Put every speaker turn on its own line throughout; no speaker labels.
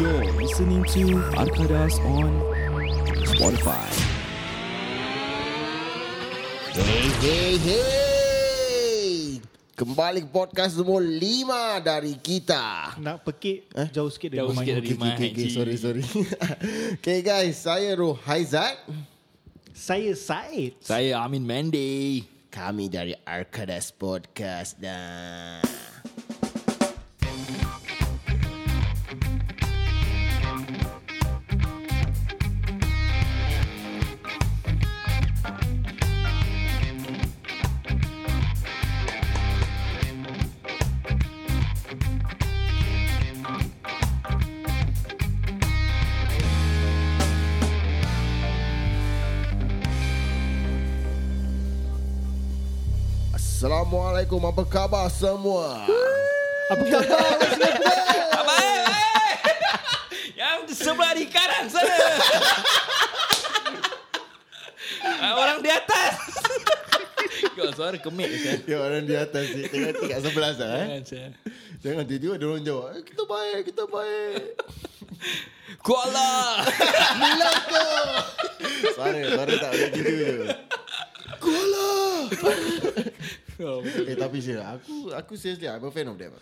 You're listening to Arkadas on Spotify.
Hey, hey, hey. Kembali ke podcast nombor 5 dari kita.
Nak pekik eh? jauh sikit dari
Jauh
rumah
sikit
ini.
dari-
Okay, okay, okay, sorry, sorry. okay guys, saya Ruh Haizat.
Saya Said.
Saya Amin Mandy.
Kami dari Arkadas Podcast dan... Assalamualaikum, apa khabar semua?
Apa khabar?
eh! Yang di sebelah di kanan sana. Ah, Orang di atas. Kau suara kemik kan.
Ya, orang di atas ni. Tengok tingkat sebelah lah. Eh? Jangan tiba-tiba dia orang jawab. Eh, kita baik, kita baik.
Kuala. Lah
Melaka. suara, suara tak boleh tidur je. Kuala. eh, tapi sih, aku aku seriously, I'm a fan of them.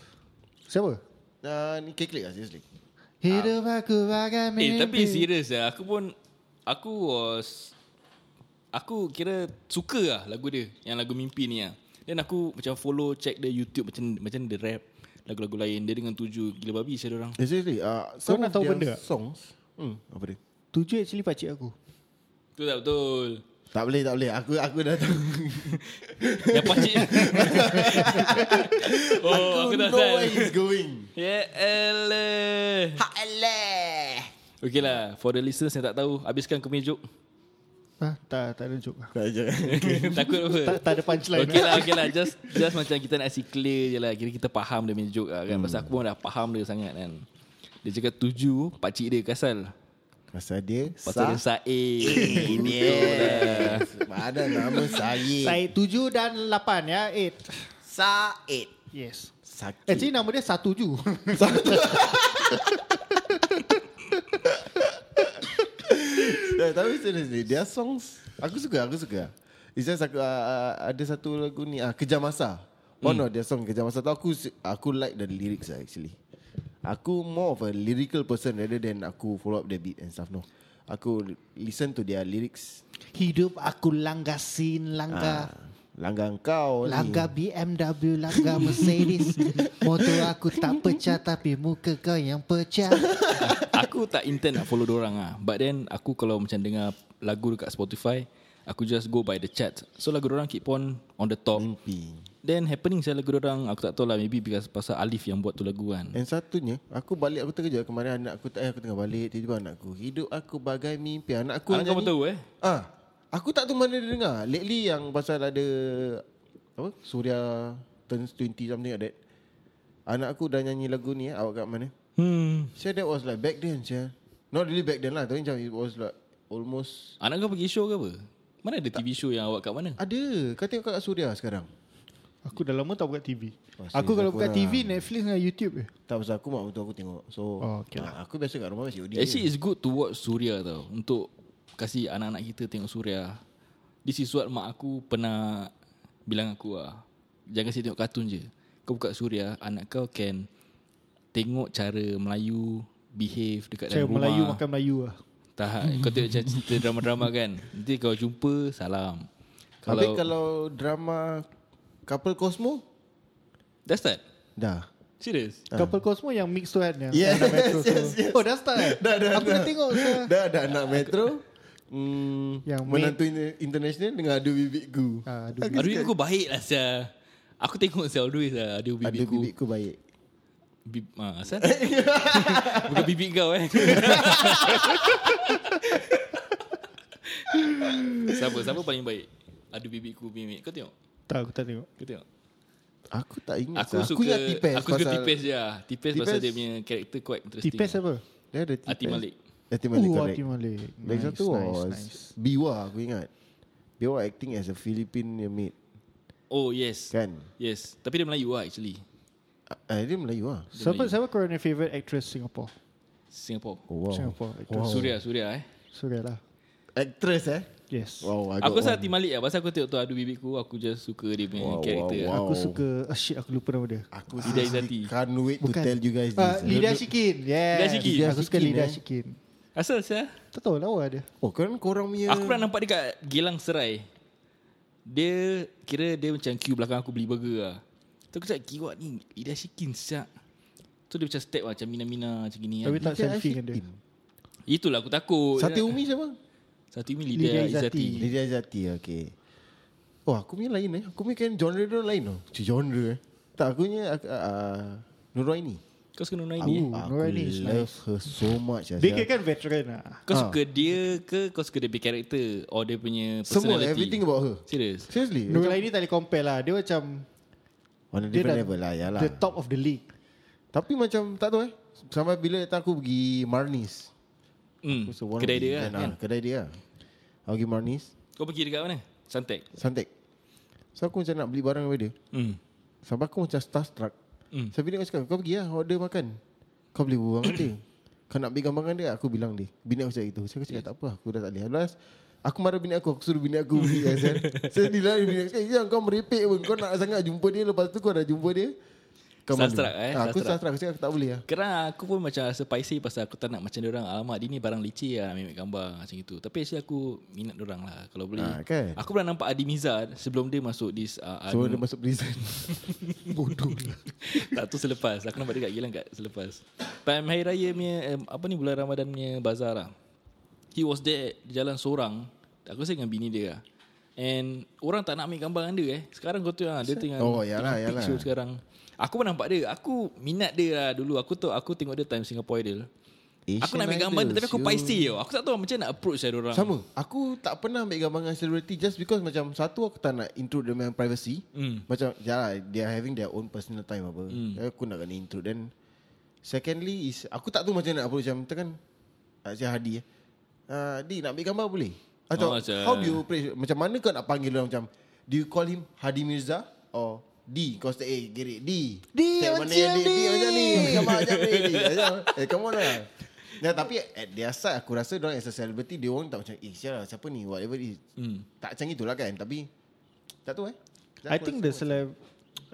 Siapa?
Uh, ni keklik lah seriously.
Hidup aku bagai mimpi.
Eh tapi serius lah. Aku pun aku was aku kira suka lah lagu dia. Yang lagu mimpi ni lah. Dan aku macam follow check dia YouTube macam macam dia rap lagu-lagu lain dia dengan tujuh gila babi saya orang.
Eh, seriously. Uh,
some nak of tahu their benda tak?
Songs. Hmm, apa dia?
Tujuh actually pakcik aku.
Tu tak betul.
Tak boleh, tak boleh. Aku aku dah tahu.
Oh, Yang pakcik Oh aku,
aku
tak
know where
tahu
he's going.
Ya elah
Ha, alah.
Okay lah For the listeners yang tak tahu Habiskan kemejuk
Ha, tak, tak ada joke. lah.
Tak jangan.
Takut
Tak,
apa
tak ada punchline.
Okay lah, okay lah. Just, just macam kita nak si clear je lah. Kira kita faham dia punya joke lah kan. Pasal aku pun dah faham dia sangat kan. Dia cakap tujuh, pakcik dia kasal.
Pasal dia
Pasal dia saib. Betul
eh.
lah.
Mana nama saya?
Said tujuh dan lapan ya. Eight.
Said.
Yes.
Sakit.
Actually nama dia satu ju.
Eh, tapi seriously, their songs aku suka, aku suka. It's just aku, uh, uh, ada satu lagu ni ah Kejam Masa. One of their song Kejam Masa tu aku si- aku like the lyrics lah actually. Aku more of a lyrical person rather than aku follow up the beat and stuff no. Aku listen to their lyrics.
Hidup aku langgar sin, langgar.
Langgang kau ni.
Ah. Langgar BMW, langgar Mercedes Motor aku tak pecah tapi muka kau yang pecah
Aku tak intent nak follow orang ah. But then aku kalau macam dengar lagu dekat Spotify, aku just go by the chart. So lagu orang keep on on the top.
Mimpi.
Then happening saya lagu orang aku tak tahu lah maybe because pasal Alif yang buat tu lagu kan.
And satunya Aku balik aku terkejut Kemarin anak aku tak eh, Aku tengah balik Tiba-tiba anak aku Hidup aku bagai mimpi Anak aku
Anak kau pun tahu, eh?
ah, Aku tak tahu mana dia dengar Lately yang pasal ada Apa Surya Turns 20 something like that Anak aku dah nyanyi lagu ni eh, Awak kat mana
Hmm.
So that was like back then sia. Not really back then lah Tapi macam it was like Almost
Anak kau pergi show ke apa? Mana ada TV show yang awak kat mana?
Ada Kau tengok kat Surya sekarang
Aku dah lama tak buka TV
Oh,
Aku
serius
kalau
aku
buka
dah.
TV, Netflix dengan YouTube je
Tak pasal aku mak betul aku tengok So
Oh, okay
ah, Aku biasa kat rumah masih OD
Actually it's good to watch Suria tau Untuk kasih anak-anak kita tengok Suria This is what mak aku pernah bilang aku lah Jangan kasi tengok kartun je Kau buka Suria Anak kau can tengok cara Melayu behave dekat
Eh,
Saya
dalam rumah
Melayu makan Melayu lah
Tak kau tengok macam cerita drama-drama kan Nanti kau jumpa salam
Kalau, Habis
Kalau
kalau drama Couple Cosmo
Dah start?
Dah
Serius?
Ah.
Couple Cosmo yang mix tu kan yang
Yes,
ada metro tu.
yes, yes.
Oh dah start eh?
Dah, dah,
Aku dah tengok saya.
Dah ada anak metro Hmm,
Yang
yang menantu in- international dengan adu bibitku.
Ah, adu
Aku
Aduh
suka-
aku baik lah Sia Aku tengok Sia always lah Ada
Adu
bibitku
bibitku baik.
Bib, ah, asal? Bukan bibik kau eh. siapa? Siapa paling baik? Ada bibikku bibik. Kau tengok?
Tak aku tak tengok
Kau tengok?
Aku tak ingat.
Aku
sah.
suka
aku ingat tipes.
Aku suka
pasal-
tipes je lah. Tipes,
Tipes-
pasal dia punya karakter quite interesting.
Tipes apa?
Dia ada tipes.
Ati Malik.
Ati Malik,
Oh,
correct.
Ati Malik.
Lagi
Nice,
satu
nice,
was
nice.
Biwa aku ingat. Biwa acting as a Philippine maid.
Oh yes.
Kan?
Yes. Tapi dia Melayu lah actually.
Ah, ah, dia Melayu lah.
Siapa, siapa korang yang favourite actress Singapore?
Singapore.
Oh, wow.
Singapore actress.
Oh. Suria, Suria eh.
Suria lah.
Actress eh?
Yes.
Wow, I got
Aku rasa
one.
hati Malik lah Pasal aku tengok tu Adu bibikku Aku just suka dia punya
Wow,
wow, karakter
wow,
wow,
Aku
Wow.
suka ah, shit aku lupa nama dia.
Aku
Lidah Izzati.
seriously can't wait to
Bukan.
tell you guys
Ah,
this. eh.
Lidah Shikin. Yes.
Lidah Shikin.
Aku suka
Lidah
Lidah
Shikin, eh.
Shikin.
lah Asal saya
Tak tahu lah, lawa dia.
Oh, kan korang punya...
Aku pernah nampak dia kat Gelang Serai Dia Kira dia macam queue belakang aku beli burger lah Tu aku cakap Kiwak ni Lidah Shikin siap Tu dia macam step lah Macam mina-mina Macam gini
Tapi
kan
tak selfie dengan dia.
Itulah aku takut
Sate Umi siapa?
Satu Umi Lidah,
Lidah Izzati.
Izzati
Lidah Izzati, okay. Oh, aku punya lain eh. Aku punya kan genre dia lain tau. Cik genre eh. Tak, aku punya... Uh, uh, Nuraini.
Kau suka Nona
Aku-
ini eh?
Oh,
Aku
Nuraini is
love her so much.
Dia
Azhar.
kira kan veteran lah.
Kau suka dia ke Kau suka dia punya karakter Or dia punya
Semua,
personality
everything about her.
Serius
Seriously?
Nurul ni tak boleh compare lah. Dia macam
On a
dia
different
dah
level lah, yalah.
the top of the league.
Tapi macam, tak tahu eh. Sampai bila tak aku pergi Marnis.
mm.
Aku seorang
Kedai
pergi
dia lah
kan,
kan
ah, Kedai dia lah. Aku pergi Marnis.
Kau pergi dekat mana? Santek
Santek. So aku macam nak beli barang daripada dia.
mm.
Sampai aku macam starstruck
Mm.
Sampai dia cakap Kau pergi lah order makan Kau boleh berbual dengan dia Kau nak beli gambaran dia Aku bilang dia Bini aku cakap gitu So aku cakap tak apa Aku dah tak boleh Alas Aku marah bini aku Aku suruh bini aku beli kan, Azan So dia lari lah, bini aku cakap Yang kau merepek pun Kau nak sangat jumpa dia Lepas tu kau dah jumpa dia Kau malu.
Starstruck, eh?
Ah, Aku
Starstruck.
starstruck Aku cakap aku tak boleh lah
Kerana aku pun macam rasa paiseh pasal aku tak nak macam orang Alamak dia ni barang licik lah ambil gambar macam itu Tapi actually aku minat orang lah kalau boleh
Ah, kan?
Aku pernah nampak Adi Miza sebelum dia masuk this uh,
So
Anu.
dia masuk prison Bodoh
tak tu selepas Aku nampak dia kat Gilang kat selepas Time Hari Raya punya um, Apa ni bulan Ramadan punya bazar lah He was there di jalan seorang Aku rasa dengan bini dia lah And orang tak nak ambil gambar dengan dia eh Sekarang kau tu lah Dia tengah
Oh,
tengah
yalah,
peak
yalah.
show sekarang Aku pun nampak dia Aku minat dia lah dulu Aku tu aku tengok dia time Singapore Idol Aku nak ambil gambar dia Tapi aku paiseh tau Aku tak tahu macam nak approach dia orang
Sama Aku tak pernah ambil gambar dengan celebrity Just because macam Satu aku tak nak intrude Dia punya privacy
Hmm.
mm. Macam ya, lah, They are having their own personal time apa mm. Aku nak kena intrude Then Secondly is Aku tak tahu macam nak approach Macam kita kan Aziz Hadi eh. uh, Di nak ambil gambar boleh
Oh,
Atau oh,
macam-
How do you approach Macam mana kau nak panggil orang Macam Do you call him Hadi Mirza Or D Kau stay Eh gerik D
Di,
Stay
macam
D D
ni.
macam ni Gambar macam ni D macam- Eh come on lah Ya, tapi at their side aku rasa orang as a celebrity dia orang tak macam eh siapa siapa ni whatever it is. Hmm. Tak macam itulah kan tapi tak tahu eh.
I think the celeb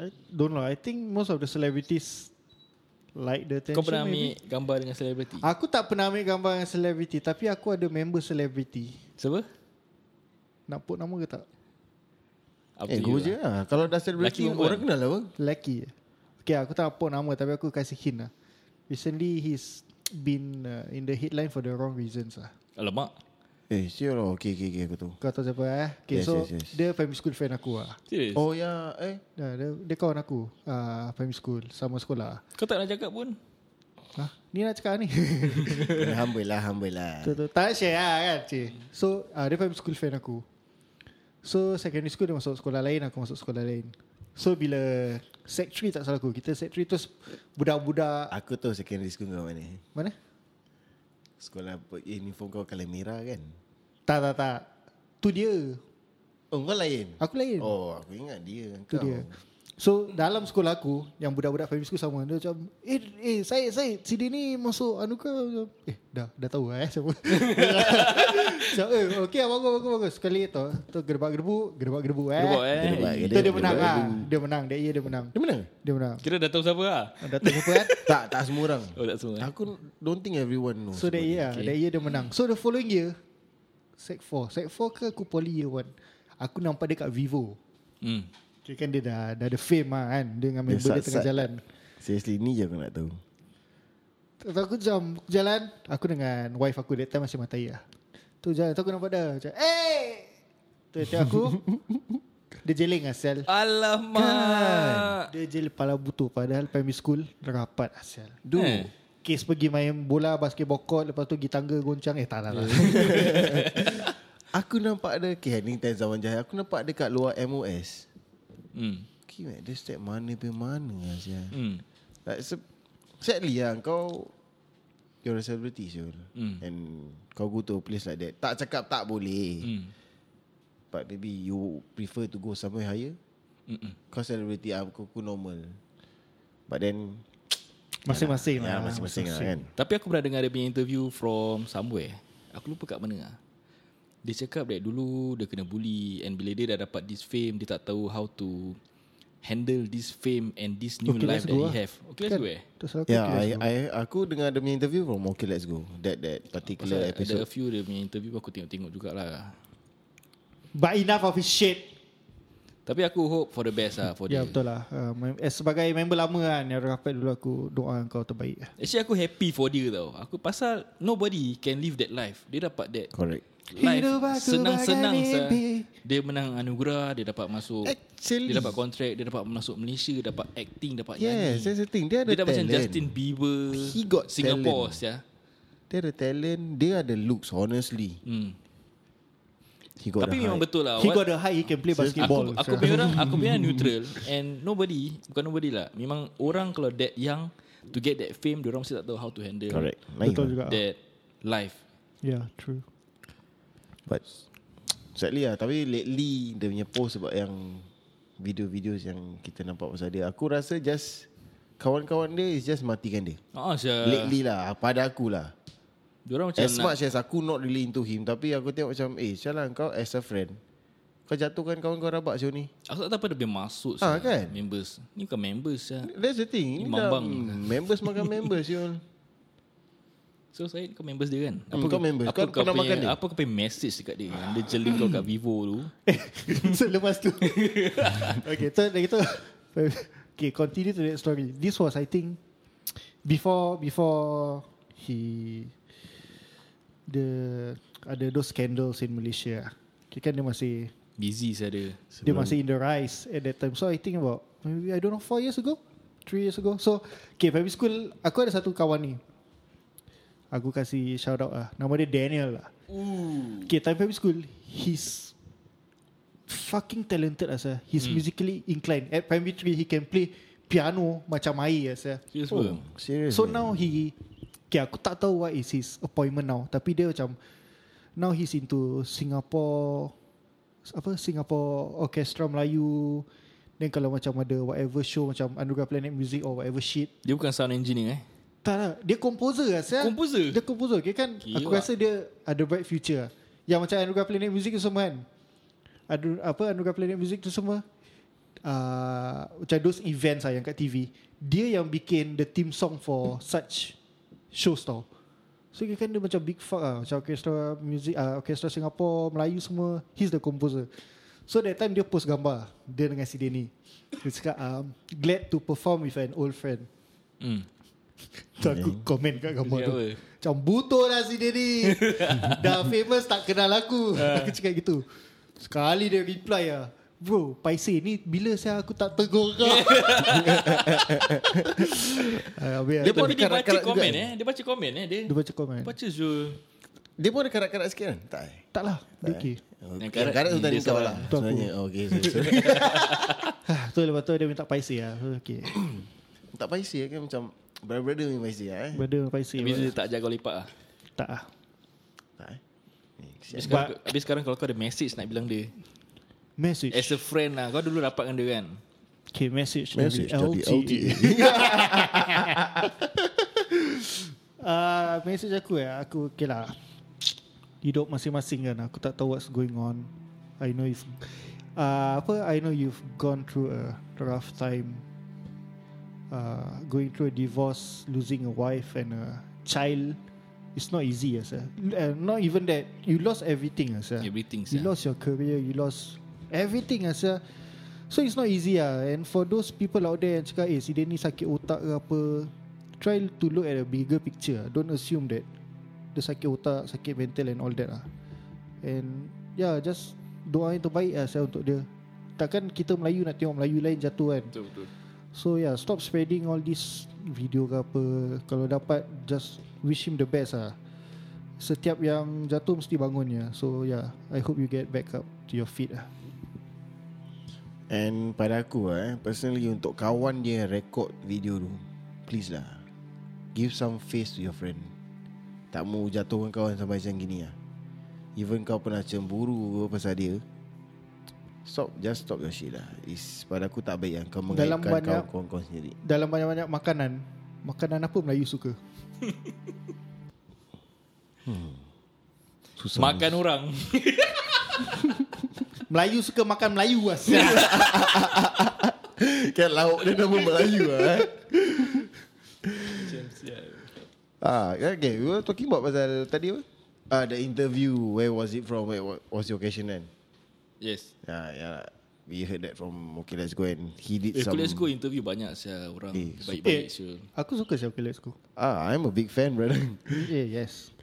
I don't know. I think most of the celebrities like the attention
Kau pernah ambil
maybe.
gambar dengan selebriti
Aku tak pernah ambil gambar dengan celebrity tapi aku ada member celebrity.
Siapa?
Nak put nama ke tak?
Up
eh
to
go
you
je lah. Kalau dah
Lelaki
celebrity
perempuan?
orang kenal lah. bang.
Lelaki je. Okay aku tak put nama tapi aku kasih hint lah. Recently he's been uh, in the headline for the wrong reasons lah.
lah. Alamak
Eh sure lah. Okay, okay, okay aku tahu.
Kau tahu siapa eh? Okay
Yes,
so
yes, yes.
dia family school friend aku lah.
Serius?
Oh ya eh.
Nah, dia, dia kawan aku uh, Primary school Sama sekolah
Kau tak nak cakap pun
Hah? Ni nak cakap ni
humble lah humble lah.
Tu, tu. Tak nak share lah kan cik. So uh, dia primary school friend aku So secondary school dia masuk sekolah lain Aku masuk sekolah lain So bila Sec 3 tak salah aku Kita sec 3 terus Budak-budak
Aku tahu secondary school kau mana.
Mana?
Sekolah apa, uniform kau kalau merah kan.
Tak tak tak Tu dia
Oh kau lain.
Aku lain
Oh aku ingat dia dengan
Tu
kau.
dia So dalam sekolah aku Yang budak-budak primary school sama Dia macam Eh, eh Syed Syed Si dia ni masuk Anu kau Macam, Eh dah Dah tahu lah eh Siapa Macam eh okay lah, Bagus bagus bagus Sekali tu Tu gerbak gerbu Gerbak gerbu eh
Gerbak, eh.
Gerbak,
Tu
gerbak,
dia menang
gerbak,
lah
gerbak.
Dia menang That year dia menang
Dia menang?
Dia menang
Kira dah tahu siapa lah
Dah tahu apa kan
tak, tak semua orang.
Oh tak semua eh?
Aku don't think everyone knows.
So that
about
year okay. That year dia menang So the following year Sec 4 Sec 4 ke aku poly year 1 Aku nampak dia kat Vivo
hmm.
Kira kan dia dah Dah ada fame lah kan Dia dengan member dia
sat-sat.
tengah jalan
it. Seriously ni je aku nak tahu.
Lepas tu aku jam jalan Aku dengan wife aku That time masih matai lah Tu jalan Tu aku nampak dia Macam Eh Tu tengok aku Dia jeling asal
Alamak
Dia jeling kepala butuh Padahal primary school Rapat asal
Duh eh.
Kes pergi main bola Basketball court Lepas tu pergi tangga goncang Eh tak lah lah
Aku nampak ada Okay ni time zaman jahil Aku nampak ada kat luar MOS
hmm.
Okay man Dia step mana Pergi mana lah Sia
Hmm.
like, se- Sadly lah Kau You're a celebrity Syul
Mm.
And Kau go to a place like that Tak cakap tak boleh
Hmm.
But maybe you Prefer to go somewhere higher
Mm-mm.
ah, Kau celebrity Aku, aku normal But then
Masing-masing
Ya,
lah.
masing-masing lah kan.
Tapi aku pernah dengar dia punya interview from somewhere. Aku lupa kat mana lah. Dia cakap that dulu dia kena bully and bila dia dah dapat this fame, dia tak tahu how to handle this fame and this new
Okay,
life
let's
that
go
he
lah.
have. Okay, let's go eh.
Terus aku
Ya,
okay,
I,
let's go.
I, aku dengar dia punya interview from Okay Let's Go. That that particular
Pasal Ada
episode.
a few dia punya interview aku tengok-tengok jugalah.
But enough of his shit.
Tapi aku hope for the best lah for
Oh,
Ya
yeah,
betul lah. Uh, mem- eh, sebagai member lama kan, yang rapat dulu aku doa kau terbaik. lah.
Actually aku happy for dia tau. Aku pasal nobody can live that life. Dia dapat that
Correct.
life
Hidup aku
senang-senang
bagai
sah.
mimpi.
Dia menang anugerah, dia dapat masuk
Actually.
dia dapat kontrak, dia dapat masuk Malaysia, dapat acting, dapat
Yes,
nyanyi.
that's the thing. Dia ada
dia dah macam
talent.
Justin Bieber
He got
Singapore
talent.
ya.
Dia ada talent, dia ada looks honestly.
Hmm.
He got
Tapi
the ya.
memang
height.
betul lah
He
what-
got the high, he can play basketball.
Aku, aku punya orang, aku punya neutral and nobody, bukan nobody lah. Memang orang kalau that young to get that fame, dia orang mesti tak tahu how to handle
Correct. Lain lah.
Betul juga.
that life.
Yeah, true.
But sadly lah Tapi lately Dia punya post sebab yang Video-video yang kita nampak pasal dia Aku rasa just Kawan-kawan dia is just matikan dia
Ah,
uh,
uh,
Lately lah Pada aku lah
dia orang macam
As
nak,
much as aku not really into him Tapi aku tengok macam Eh sial lah kau as a friend Kau jatuhkan kawan kau rabak siu ni
aku tak tahu apa dia punya masuk
Ah,
sia,
kan?
members. Ni bukan members lah.
That's the thing
Ni
Ini dah
mambang.
Members makan members siul
So Syed kau members dia kan?
Hmm, kau members. Kau pernah
punya,
makan dia?
Apa kau punya message dekat dia? Yang dia jeling kau kat Vivo tu.
so lepas tu. okay, so dari tu. Okay, continue to that story. This was I think before before he the ada those scandals in Malaysia. Okay, kan dia masih
Busy saya dia.
Dia masih in the rise at that time. So I think about maybe I don't know four years ago, three years ago. So okay, primary school aku ada satu kawan ni. Aku kasih shout out lah. Nama dia Daniel lah. Ooh. Okay, time primary school, he's fucking talented lah sir. He's musically inclined. At primary three, he can play piano macam air lah sir.
Serius oh.
Serious eh?
So now he Okay aku tak tahu What is his appointment now Tapi dia macam Now he's into Singapore Apa Singapore Orchestra Melayu Then kalau macam ada Whatever show Macam Underground Planet Music Or whatever shit
Dia bukan sound engineer eh.
Tak lah Dia composer lah
Ya.
saya.
Composer?
Dia composer okay, kan
Gila.
Aku rasa dia Ada bright future lah. Yang macam Underground Planet Music tu semua kan ada, Apa Underground Planet Music tu semua uh, Macam those events lah Yang kat TV Dia yang bikin The theme song for Such Shows tau So kira kan dia macam big fuck lah Macam orchestra music uh, Orchestra Singapore Melayu semua He's the composer So that time dia post gambar Dia dengan si Denny Dia cakap um, Glad to perform with an old friend
Hmm.
So aku komen kat gambar
Dia
tu
apa?
Macam butuh lah si dia ni Dah famous tak kenal aku
Ah.
Aku cakap gitu Sekali dia reply lah Bro, Paisi ni bila saya aku tak tegur kau Ah, habis
Dia
aku-
tapi dia baca
karat-karat juga
komen
eh.
eh. Dia baca komen eh dia.
Dia baca komen
Baca Zul.
Dia pun ada karat-karat sikit kan Tak eh
Tak lah, dia okay
Yang
karat
karat tu
ni dia
tadi kau
seorang.
lah
Tu aku.
Sebenarnya Oh, Okay so, so.
Ah, So lepas tu dia minta Paisi lah So, Okay,
Tak paisi kan macam Brother-brother punya paisi lah eh
brother Paisi
Habis dia tak ajak kau lepak lah.
Tak lah
Tak eh Eh, kesian.
Habis sekarang, habis sekarang kalau kau ada message nak bilang dia.
Message
As a friend lah. Kau dulu rapat dengan dia kan?
Okay, message,
Message
dari
dari
LTA.
LTA.
uh, message aku ya, aku okay lah. Hidup masing-masing kan, aku tak tahu what's going on. I know you've uh, apa I know you've gone through a rough time. Uh, going through a divorce, losing a wife and a child. It's not easy, yes. Uh, not even that. You lost everything, yes.
Ya.
Uh.
Everything
You
sah.
lost your career, you lost everything as a So it's not easy ah. And for those people out there yang cakap eh si dia ni sakit otak ke apa, try to look at a bigger picture. ah. Don't assume that dia sakit otak, sakit mental and all that lah. And yeah, just doa yang terbaik lah saya untuk dia. Takkan kita Melayu nak tengok Melayu lain jatuh kan.
Betul betul.
So yeah, stop spreading all this video ke apa. Kalau dapat just wish him the best ah. Setiap yang jatuh mesti bangun ya. So yeah, I hope you get back up to your feet ah.
And pada aku eh Personally untuk kawan dia Rekod video tu Please lah Give some face to your friend Tak mau jatuhkan kawan sampai macam gini lah Even kau pernah cemburu ke pasal dia Stop Just stop your shit lah Is, Pada aku tak baik yang Kau
Dalam
mengaitkan
banyak-
kawan-kawan kau sendiri
Dalam banyak-banyak makanan Makanan apa Melayu suka?
Susah.
Makan orang
Melayu suka makan Melayu ah, asal.
Kan lauk dia nama Melayu lah eh. Ah, okay. We were talking about pasal tadi apa? Ah, the interview. Where was it from? Where wa- was your occasion then?
Yes
Yeah, yeah. Ya, We heard that from Okay Let's Go and he did
Eh,
some.
Kulit School interview banyak saya orang
Eh,
baik-baik so,
Aku suka siapa okay, let's go.
Ah, I'm a big fan, brother.
Eh, yes.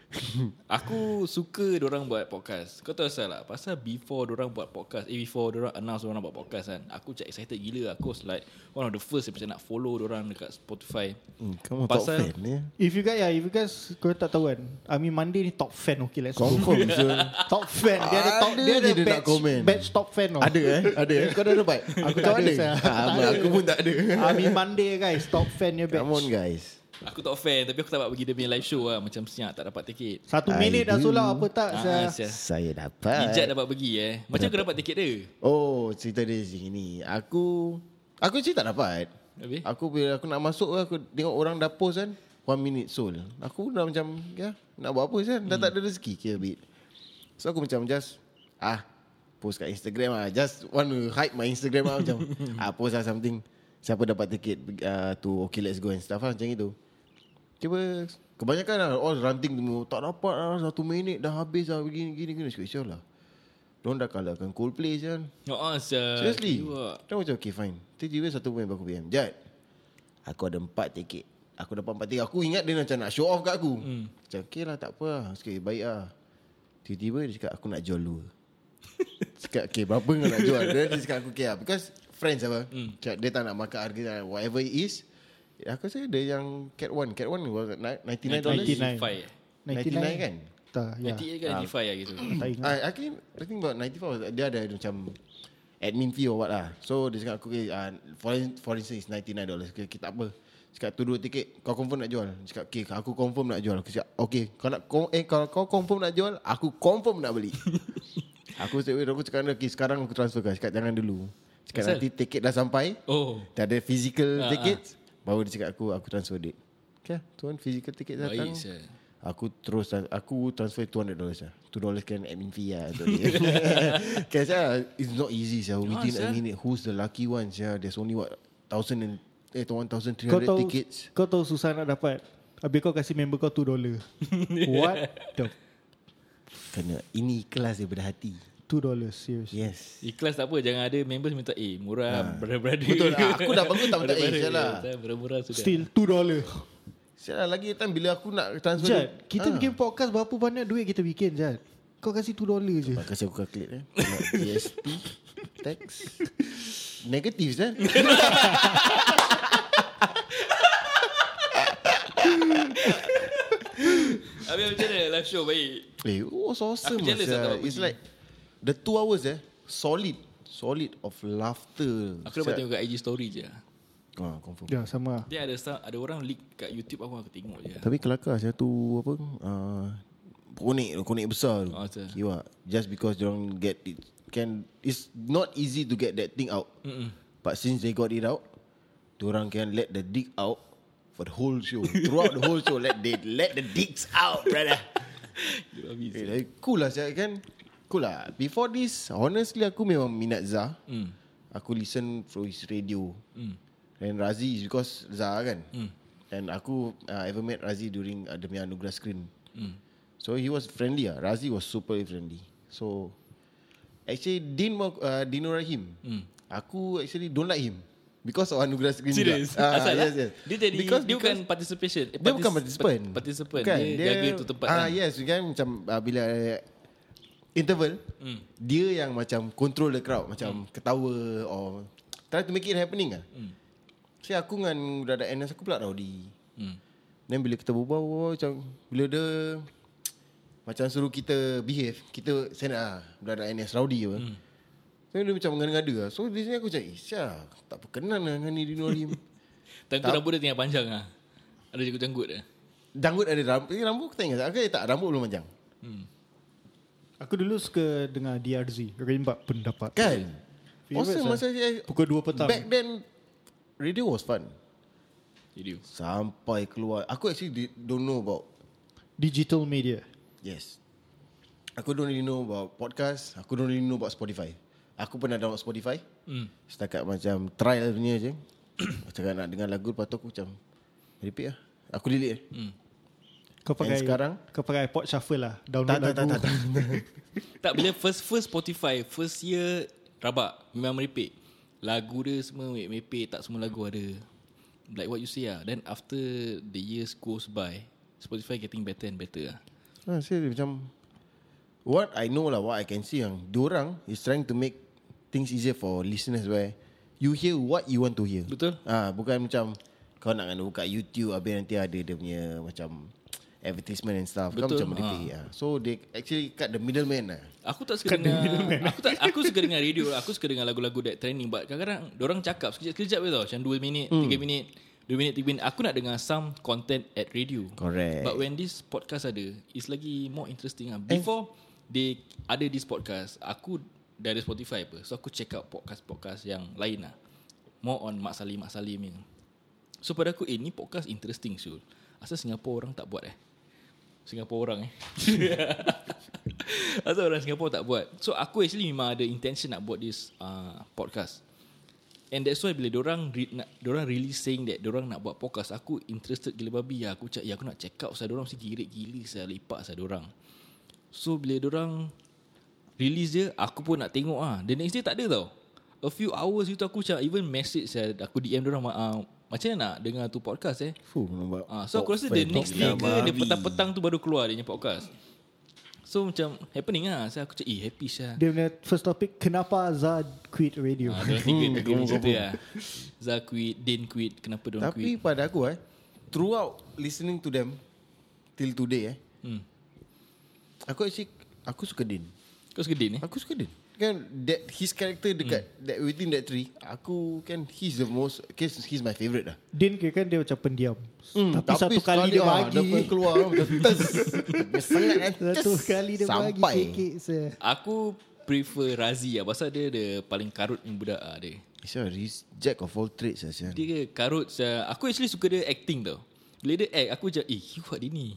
Aku suka orang buat podcast. Kau tahu asal tak? Pasal before orang buat podcast, eh before orang announce orang buat podcast kan, aku cak excited gila. Aku was like one of the first yang macam nak follow orang dekat Spotify.
Hmm, Kamu
Pasal-
top fan ya.
If you guys, yeah, if you guys kau tak tahu kan, Ami Mandi ni top fan okay let's go.
Confirm so.
top fan. Dia ada top dia
Ada
ada
je nak
batch,
komen.
batch top fan. oh. tau.
ada eh? Ada eh? Kau dah dapat? Aku
tak
tak
ada,
ada.
Sal.
Ah,
Tak ada.
Aku pun tak ada.
Ami Mandi guys, top fan dia
Come on
batch.
guys.
Aku tak fan tapi aku tak dapat pergi dia punya live show lah. Macam siap tak dapat tiket.
Satu
I
minit dah
do.
sulang apa tak
Ah,
saya.
sia.
Saya
Ijat
dapat.
dapat pergi eh. Macam aku dapat tiket dia.
Oh, cerita dia sini. Aku aku cerita tak dapat.
Habis?
Aku bila aku nak masuk pun, aku tengok orang dah post kan one minute soul. Aku dah macam ya nak buat apa kan dah tak ada rezeki kira bit. So aku macam just ah post kat Instagram ah just want to hide my Instagram ah macam ah post lah something siapa dapat tiket uh, to okay let's go and stuff lah macam itu. Cuba kebanyakan lah all ranting tu tak dapat lah satu minit dah habis lah begini gini gini Cakap, "Sial lah. Diorang dah kalahkan Coldplay je kan.
No, oh, sia.
Seriously
Gila.
Dia macam okay fine Tiba-tiba satu pemain aku PM Jad Aku ada empat tiket Aku dapat empat tiket Aku ingat dia macam nak show off kat aku hmm. Macam okay lah tak apa lah Sikit baik lah Tiba-tiba dia cakap aku nak jual dua Cakap okay berapa kau nak jual Dia, dia cakap aku okay lah Because friends apa hmm. Cakap dia tak nak makan harga tak nak Whatever it is Aku rasa dia yang Cat 1 Cat 1 99 dollars 99
99.
99 kan
Tak, ya.
98 kan 95 lah gitu.
Tak ingat.
I, I think I think about 94 dia ada macam admin fee or what lah. So dia cakap aku okay, uh, for, for instance is 99 dollars. Okay, okay, tak apa. Cakap tu dua tiket Kau confirm nak jual Cakap okay Aku confirm nak jual Aku cakap okay kau nak, kau, eh, Kalau kau confirm nak jual Aku confirm nak beli Aku straight away Aku cakap okay, Sekarang aku transfer kau Cakap jangan dulu Cakap
Asal?
nanti tiket dah sampai
Oh.
Dah ada physical
Ah,
tickets Baru dia cakap aku Aku transfer date Okay lah, Tuan physical ticket datang
Baik sia.
Aku terus Aku transfer 200 dollars lah 2 dollars kan admin fee lah Untuk dia Kan saya It's not easy sah. Within
sia.
a minute Who's the lucky one sah? There's only what Thousand and Eh 1300
Kau tahu
tickets
Kau tahu susah nak dapat. Habis kau kasih member kau 2 dolar. What the
Kerana ini kelas daripada hati
2 dollars serious. Yeah.
Yes
Ikhlas tak apa Jangan ada members minta Eh murah Brother-brother
Ah. Betul lah. Aku dah bagus tak minta, eh,
Brother-brother.
sial lah.
Murah-murah sudah
Still 2 dolar.
Saya lagi time Bila aku nak transfer
Jad, kita
Ah.
bikin podcast berapa banyak duit kita bikin Jad? Kau kasih 2 dolar je.
Terima kasih aku calculate eh. Tengok GST Tax Negatif kan
Habis macam mana live show baik
Eh it was awesome
Aku jealous
Azhar.
tak dapat
It's
pergi.
like The two hours eh Solid Solid of laughter
Aku dapat tengok kat IG story je
ah, Confirm
Ya, sama. lah.
Dia ada sa- ada orang leak kat YouTube aku aku tengok je
Tapi kelakar saya tu apa uh, konek tu, konek besar tu.
Ah, betul.
Kiwa. Just because they don't get it can it's not easy to get that thing out. Mm-mm. But since they got it out, orang can let the dick out for the whole show. Throughout the whole show, let they let the dicks out, brother.
Dia habis.
eh, tapi cool lah saya kan. Cool lah. Before this, honestly aku memang minat Zah.
Hmm.
Mm. Aku listen through his radio. Mm. And Razi is because Zah kan.
Hmm.
Mm. And aku uh, ever met Razi during uh, Demi Anugerah Screen.
Hmm.
Mm. So he was friendly ah. Razi was super friendly. So actually Din mau- uh, Dino Rahim.
Hmm.
Mm. Aku actually don't like him because of Anugerah Screen. juga.
Serius
Ah,
Asal lah
yes, yes.
Dia jadi
Because-
Dia bukan
because-
participation eh,
dia bukan
partic-
participant
Participant
Bukan,
Dia, jaga tu tempat
ah,
kan
Yes kan Macam ah, bila eh, Interval
Hmm.
mm. Dia yang macam Control the crowd Macam mm. ketawa Or Try to make it happening lah
Hmm.
mm. So aku dengan Budak-budak NS aku pula rowdy
Hmm.
mm. Then bila kita berbual, berbual Macam Bila dia Macam suruh kita Behave Kita Saya nak lah Budak-budak NS rowdy apa
Hmm.
mm. So dia macam mengada-ngada lah So di sini aku macam Isya Tak berkenan lah Dengan ni Dino Rahim
Time tu rambut dia tinggal panjang lah Ada janggut-janggut dia
Janggut ada rambut Eh rambut aku tak ingat Aku tak rambut belum panjang
Aku dulu suka dengar DRZ, Rembat Pendapat.
Kan lah.
Favourite,
Awesome
sir.
masa saya
Pukul 2 petang.
Back then Radio was fun
Video
Sampai keluar Aku actually di- don't know about
Digital media.
Yes Aku don't really know about podcast Aku don't really know about Spotify Aku pernah download Spotify mm. Setakat macam trial punya je Cakap nak dengar lagu Lepas tu aku macam Repeat lah Aku delete eh. mm.
Kau pakai
sekarang?
Kau pakai iPod shuffle lah. Download
tak, tak, tak,
lagu.
tak, tak,
Tak bila first first Spotify First year Rabak Memang merepek Lagu dia semua me- mepek Tak semua lagu ada Like what you say lah Then after The years goes by Spotify getting better and better lah
Ha, saya macam What I know lah What I can see yang Diorang is trying to make Things easier for listeners Where You hear what you want to hear
Betul.
Ah, ha, Bukan macam Kau nak kena buka YouTube Habis nanti ada dia punya Macam Advertisement and stuff Kau
Betul. Ah.
macam merepek ha. So they actually cut the middleman lah
Aku tak suka dengar aku tak aku suka dengar radio lah. Aku suka dengar lagu-lagu that trending but kadang-kadang orang cakap sekejap-sekejap je tau. Macam 2 minit, 3 minit, 2 minit, 3 minit. Aku nak dengar some content at radio.
Correct.
But when this podcast ada, it's lagi more interesting lah. Before they ada this podcast, aku dari Spotify apa. So aku check out podcast-podcast yang lain lah. More on Mak Salim, Mak Salim ni. So pada aku, eh ni podcast interesting Syul. Asal Singapura orang tak buat eh. Singapura orang eh. Asal orang Singapura tak buat. So aku actually memang ada intention nak buat this uh, podcast. And that's why bila orang re, nak, orang really saying that orang nak buat podcast, aku interested gila babi lah. Aku cak, ya aku nak check out saya orang mesti girik gila saya lipat saya orang. So bila orang release dia, aku pun nak tengok ah. The next day tak ada tau. A few hours itu aku cak even message saya aku DM orang uh, macam mana nak dengar tu podcast eh.
Fuh, nampak
Ah, so aku
Pop
rasa the
fan.
next
Pop
day
fan.
ke dia
Babi.
petang-petang tu baru keluar dia punya podcast. So macam happening lah. Saya aku cakap eh happy Syah.
Dia punya first topic, kenapa Azad quit radio?
Ah, dia tiga tiga orang cerita lah. Zah quit, Din quit, kenapa dia
Tapi
quit.
pada aku eh Throughout listening to them Till today eh
Hmm.
Aku actually Aku suka Din
Kau suka Din eh?
Aku suka dia Kan that his character dekat mm. that within that tree aku kan he's the most cause he's my favourite lah.
Din kira kan dia macam pendiam.
Mm,
tapi, satu kali dia bagi.
dia pun keluar macam tes. Dia Sangat eh, tes.
Satu kali dia bagi
Sampai.
kekek se.
Aku prefer Razi lah. Pasal dia the paling karut ni budak lah dia.
Siapa he's jack of all trades lah sian.
Dia karut. Syah. Aku actually suka dia acting tau. Bila dia act, aku macam eh you buat dia ni.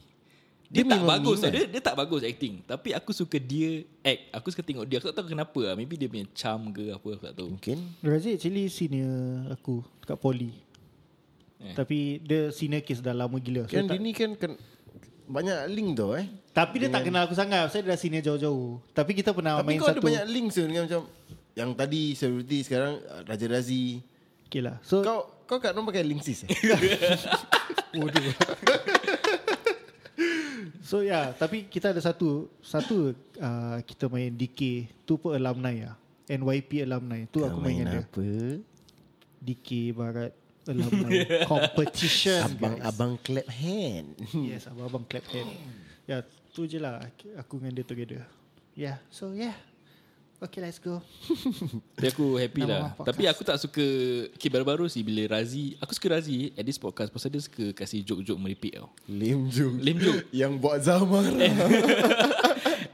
Dia,
Dia
tak
memang
bagus tau.
minat.
Dia, dia tak bagus acting. Tapi aku suka dia act. Aku suka tengok dia. Aku tak tahu kenapa lah. Maybe dia punya charm ke apa. Aku tak tahu.
Mungkin
Razi actually senior aku dekat poli.
Eh.
Tapi dia senior case dah lama gila. So
kan dia
tak,
ni kan, kan banyak link tau eh.
tapi dia tak kenal aku sangat. Saya dah senior jauh-jauh. Tapi kita pernah
Tapi
Ah, main
kau ada
satu.
banyak link tu dengan macam yang tadi celebrity sekarang ah, Raja Razi.
Okay lah. So
Kau kau kat nombor pakai link sis. Eh?
So yeah, tapi kita ada satu satu uh, kita main DK tu pun alumni ya. NYP alumni tu aku main dengan dia.
apa?
DK Barat alumni competition. guys.
Abang-abang clap hand.
Hmm.
Yes, abang-abang clap hand. Ya, yeah, tu je lah aku- aku dengan dia together. Yeah, so yeah. Okay, let's go.
Tapi aku happy lah
Nama podcast.
Tapi aku tak suka Okay baru-baru si Bila Razi Aku suka Razi At this podcast Pasal dia suka Kasih joke-joke meripik tau
Lim Jung.
Lim Eh. Jung.
Yang buat Zamara.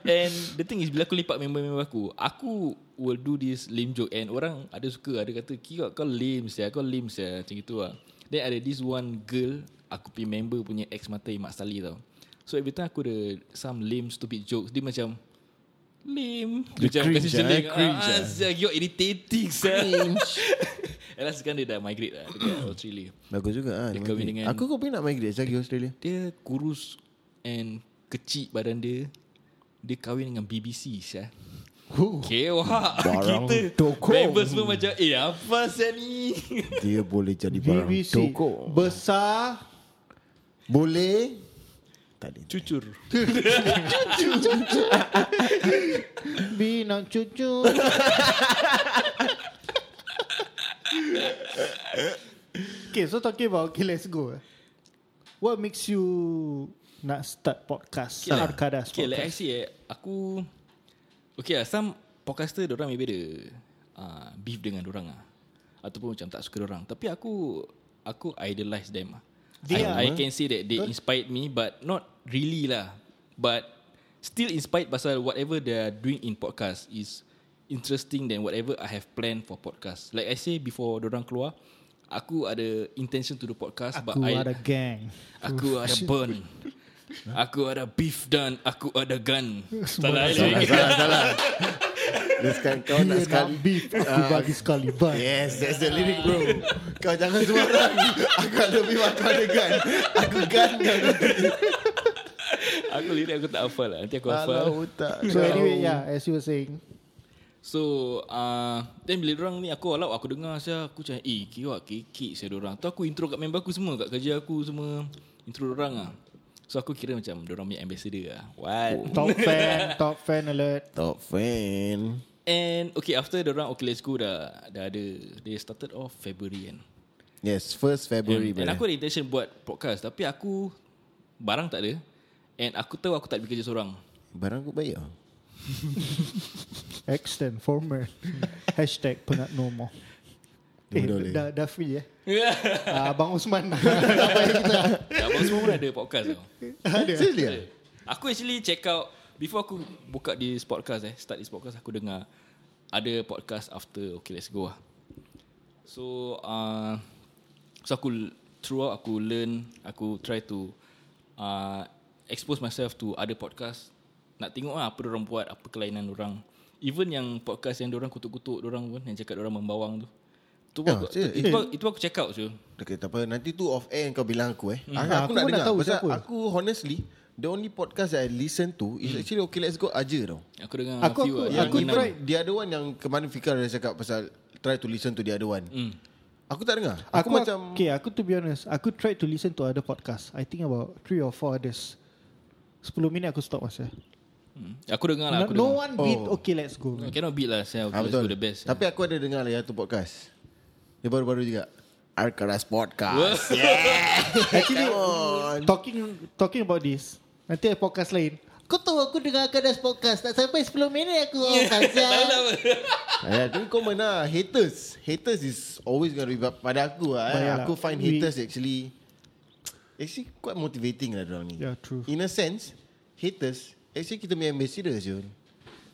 And the thing is Bila aku lipat member-member aku Aku will do this lame joke And orang ada suka Ada kata Kira kau lame saya Kau lame saya Macam gitu lah Then ada this one girl Aku punya member punya ex mata Mak Sali tau So every time aku ada Some lame stupid jokes Dia macam Lame
Dia cringe ah, eh, cringe
ah,
ah.
ah, You're irritating Cringe Alah sekarang dia dah migrate lah Dekat Australia
Bagus juga ah.
Dia
dia
kahwin
migrate.
dengan-
Aku kau nak migrate saya pergi Australia.
Dia kurus And kecil badan dia Dia kahwin dengan BBC Syah Kewak
Barang
Kita
tokong.
Member semua macam Eh apa saya ni
Dia boleh jadi barang
BBC
toko.
besar
Boleh. Tak ada.
Cucur
binang cucu. okay, so talking about okay, let's go. What makes you nak start podcast?
lah.
Arkadas
Okay like I
podcast.
say eh, Aku Okay lah Some podcaster Diorang maybe ada uh, Beef dengan diorang lah Ataupun macam tak suka diorang Tapi aku Aku idolize them lah
They are,
I, I
eh?
can say that They inspired me But not really lah But Still inspired pasal Whatever they are doing in podcast Is Interesting than whatever I have planned for podcast Like I say before Diorang keluar Aku ada intention to do podcast
Aku
but I
ada gang
Aku ada burn. Aku ada beef dan aku ada gun. Salah
Salah,
lagi.
salah, salah. Dia sekarang kau nak
Dia nak
sekali. Ah,
beef
Ah.
Aku bagi sekali Bye
Yes, that's the lyric bro. Kau jangan sembarang. Aku ada beef, aku ada gun. Aku gun kau.
Aku lirik aku tak hafal lah. Nanti aku hafal.
Kalau tak.
So anyway yeah As you were saying
So uh, Then bila orang ni Aku alau aku dengar saya Aku macam Eh kiwak kekek saya orang. Tu aku intro kat member aku semua Kat kerja aku semua Intro orang lah So aku kira macam Diorang punya ambassador lah What
Oh.
Top fan Top fan alert
Top fan.
And Okay after diorang Okay let's go dah Dah ada They started off February kan
Yes, first February.
And, and
bro.
aku ada intention buat podcast Tapi aku Barang tak ada And aku tahu aku tak pergi kerja seorang
Barang aku bayar.
Extend former Hashtag penat no more Eh,
Dodol, eh.
dah, dah free eh Ah, Abang Osman Tak payah kita
Abang semua pun ada podcast tau
Serius ah?
Aku actually check out Before aku buka di podcast eh Start di podcast aku dengar Ada podcast after Okay let's go lah So uh, So aku Throughout aku learn Aku try to uh, Expose myself to Other podcast Nak tengok lah Apa orang buat Apa kelainan orang Even yang podcast Yang orang kutuk-kutuk orang pun Yang cakap orang membawang tu Itu pun
Ya,
aku,
serious.
itu, pun- itu pun aku check out je
Okay, tak apa. Nanti tu off air yang kau bilang aku eh. Hmm. Aku,
Ah,
aku, nak
aku pun nak
dengar.
tahu
Pasal
siapa.
aku honestly, the only podcast that I listen to is hmm. actually Okay Let's Go aja tau.
Aku dengar
Aku-
few
aku-
lah,
Yang
yang
aku
Inam.
try, the other one yang kemarin Fikar dah cakap pasal try to listen to the other one. Hmm. Aku tak dengar. Aku, aku macam...
Okay aku to be honest Aku tried to listen to other podcast I think about Three or four others 10 minit aku stop eh. masa
Aku dengar lah
no,
aku
no
dengar.
one beat Okay let's go
No, Cannot beat lah saya okay,
Ah,
Let's go
betul.
the best
Tapi aku ada dengar lagi satu podcast. Dia baru-baru juga. Arkaras Podcast. yeah. Actually,
Talking talking about this Nanti ada podcast lain Kau tahu aku dengar Kadas Podcast Tak sampai 10 minit aku
Ya.
Oh, yeah.
lah.
Ayah, Eh, tu kau mana haters. Haters is always going to be ba- pada aku lah. Eh.
Baiklah.
Aku find
We-
haters actually actually quite motivating lah diorang ni.
Yeah, true.
In a sense, haters actually kita punya ambassador je.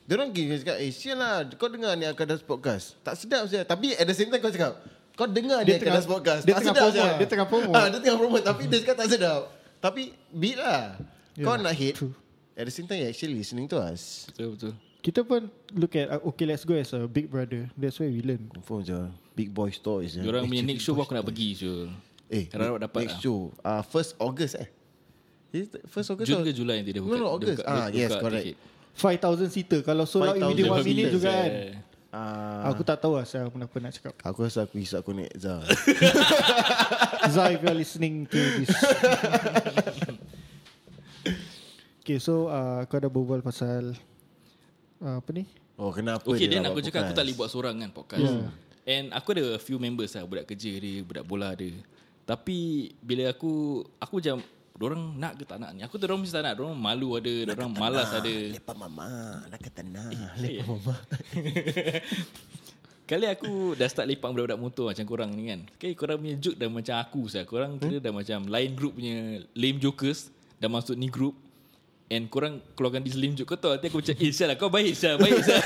Diorang give cakap, eh sial lah kau dengar ni Akadas Podcast. Tak sedap saya. Tapi at the same time kau cakap, kau dengar
Dia
dia Akadas
tengah-
Podcast.
dia
tak
tengah
sedap
promote,
Syah."
dia tengah promote.
Ah, dia tengah promote tapi dia cakap tak sedap. Tapi beat lah. Kau
Yeah,
nak hate.
true.
At the same time you're actually listening to us.
Betul betul
Kita pun look at uh, Okay let's go as a big brother That's where we learn
Confirm je. Big boy store je.
Diorang punya next show pun aku nak pergi Syul
Eh,
Harap-harap dapat
next
lah.
show. Ah, first August eh. Is it First August.
Jun
lah.
or-
ke Julai nanti dia buka
No, no,
dia
August.
buka- dia
Ah, yes,
buka
correct.
tiket.
5,000 seater Kalau sold out
5,000
within one minute
seater,
juga kan
Eh,
Ah,
Aku tak tahu lah Saya kenapa nak cakap
aku rasa aku hisap connect Zah.
Zai if you're listening to this Okay so uh, Kau dah berbual pasal uh, Apa ni
Oh, kenapa
Okay
dia
then
nak
aku
buat
cakap Aku
podcast?
tak boleh buat seorang kan podcast
Ya.
And aku ada a few members lah Budak kerja dia Budak bola dia Tapi Bila aku Aku macam Diorang nak ke tak nak ni Aku tahu diorang mesti tak nak Diorang malu ada Diorang malas ada
Ah,
Eh, ya.
Lepak mama, nak kata nak.
Kali aku dah start lepak budak-budak motor macam korang ni kan. Okay, korang punya joke dah macam aku saya. Korang
Hmm?
kira dah macam lain group punya lame jokers dah masuk ni group. And korang keluarkan this lame joke kau tahu nanti aku macam eh sial lah kau baik sial baik sial.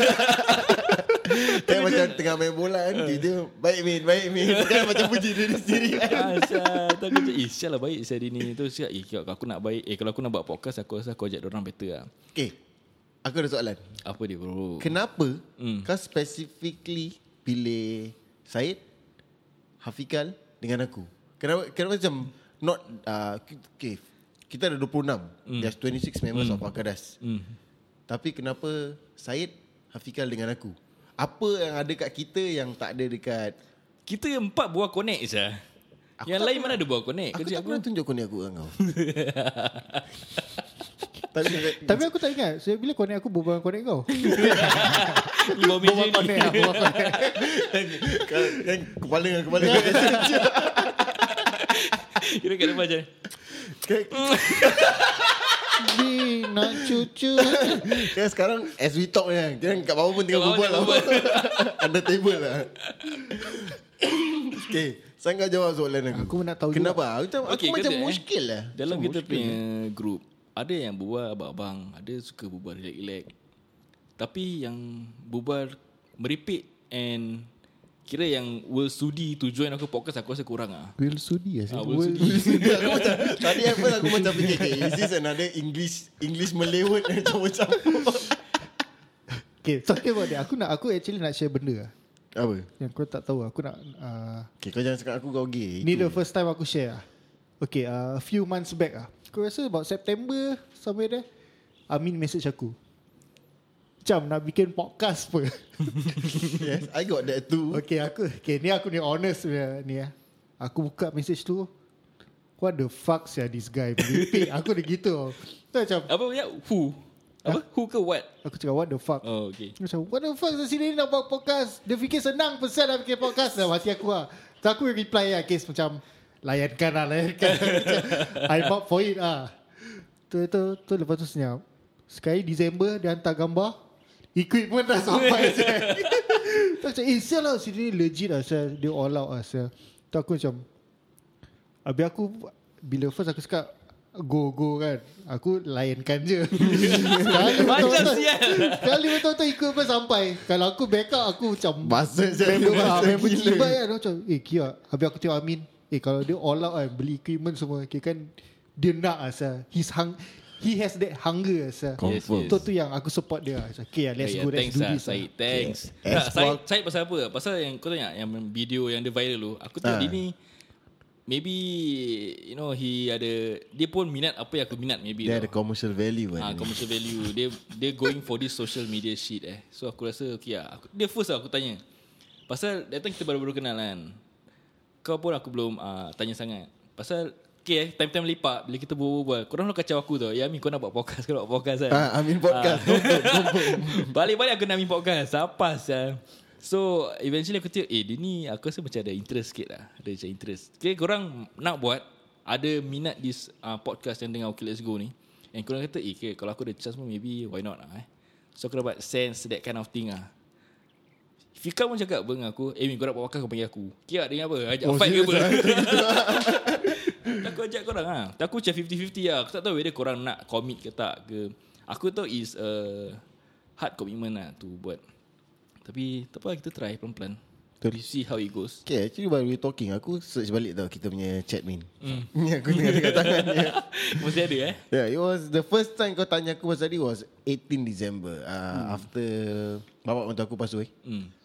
Kan macam tengah main bola kan,
Eh.
dia, dia baik min, baik min. Kan macam puji diri sendiri kan.
ah, sial. Tu aku macam eh sial lah baik sial dia ni. Tu sial eh kalau aku nak baik eh kalau aku nak buat podcast aku rasa aku ajak orang better lah.
Okay, aku ada soalan.
Apa dia bro?
Kenapa kau specifically pilih Syed, Hafikal dengan aku? Kenapa kenapa macam not uh, okay, kita ada 26. Mm. There's 26 members mm. of Akadas. Mm. Tapi kenapa Syed, Hafikal dengan aku? Apa yang ada kat kita yang tak ada dekat
Kita empat buah connect sial. Yang lain mana ada buah connect
Aku
kerja
tak pernah
Eh, aku.
tunjuk kau ni aku dengan kau. Tapi
Tapi aku tak ingat so, Bila connect aku Berbual dengan connect kau
Ni bawa meja
Berbual
ni.
connect lah Berbual connect
kau- yang kepala dengan kepala kau-
Kira kat depan macam
kau-
Di nak cucu
Kan sekarang as we talk ni kan Kira kat bawah pun tengah
Kat bawah
berbual lah
tengah
Under table lah Okay Sekarang kau jawab soalan aku
Aku pun nak tahu
Kenapa? Aku macam,
Okey,
okay, aku macam
kata, eh.
muskil lah
Dalam
Macam
kita
muskil.
punya group Ada yang berbual abang-abang Ada suka berbual relax-relax Tapi yang berbual meripik and Kira yang Will sudi to join aku podcast Aku rasa kurang lah
Will Sudi lah
Ah,
saya.
Will sudi.
aku macam Tadi at first aku macam fikir okay, Is this another English English Malay word Macam-macam
Okay talking about that Aku nak Aku actually nak share benda lah
Apa?
Yang kau tak tahu Aku nak uh,
Okay kau jangan cakap aku kau gay
Ni
Itu.
the first time aku share lah. Okay uh, a few months back ah. Aku rasa about September Somewhere there Amin message aku Macam nak bikin podcast pun
Yes I got that too
Okay aku Okay ni aku ni honest punya ni ah. Aku buka message tu What the fuck sia this guy Meripik Aku dah gitu Tu macam
Apa punya Who Apa Who ke what
Aku cakap what the fuck
Oh okay
Dia Macam what the fuck Saya sini nak buat podcast Dia fikir senang Pesan nak bikin podcast Dalam hati aku lah So aku reply lah Kes macam Layankan lah Layankan Macam, I'm up for it lah Tu tu tu lepas tu senyap Sekali December Dia hantar gambar Equipment dah sampai saya Tu macam Eh sial lah Sini legit lah sial. Dia all out lah sial. Tu aku macam Habis aku Bila first aku cakap Go go kan Aku layankan je Sekali
Macam
betul-betul-
sial.
Sekali betul-betul ikut pun sampai Kalau aku back up Aku macam
Bahasa je
Member ah,
Bahasa
Member
gila
cibat kan Dia Macam eh kia Habis aku tengok Amin Eh kalau dia all out kan Beli equipment semua Okay kan Dia nak asal He's hung He has that hunger asal
Yes,
Confirm
yes.
Tu tu yang aku support dia lah. Macam, Okay lah, let's
Yeah,
go Let's
thanks
do
lah,
this lah.
Syed. Thanks.
Yeah.
Tak, Syed, Syed pasal apa? Pasal yang kau tanya yang video yang dia viral tu. Aku tengok
Ah.
dia ni maybe you know he ada dia pun minat apa yang aku minat maybe. tau.
Dia ada commercial value
Ah,
kan
commercial value. Dia dia going for this social media shit eh. So aku rasa okay lah. Aku, dia first lah aku tanya. Pasal datang kita baru-baru kenal kan. Kau pun aku belum uh, tanya sangat. Pasal Okay eh, time-time lepak Bila kita berbual-bual Korang dah kacau aku tau Ya Amin kau nak buat podcast Kau nak buat podcast kan
Ah, Amin podcast Confirm, confirm.
Ah, Balik-balik aku nak ambil podcast Apa sia So eventually aku tengok Eh dia ni aku rasa macam ada interest sikit lah Ada macam interest Okay korang nak buat Ada minat this uh, podcast yang dengan Okay Let's Go ni And korang kata Eh okay, kalau aku ada chance pun maybe why not lah eh So aku dapat sense that kind of thing lah Fika pun cakap dengan aku Eh Min korang buat podcast kau panggil aku Kira dengan apa Ajak oh, fight ke apa
eh?
Aku ajak korang lah Tapi Aku macam 50-50 lah Aku tak tahu whether korang nak commit ke tak ke Aku tahu is a Hard commitment lah to buat Tapi tak apa lah, kita try pelan-pelan We see how it goes
Okay actually while we talking Aku search balik tau Kita punya chat min Ni aku tengah dekat tangan dia
Mesti ada eh
Yeah, it was the first time kau tanya aku pasal ni was 18 December. Uh, hmm. After bapak mentua aku pasal eh.
hmm.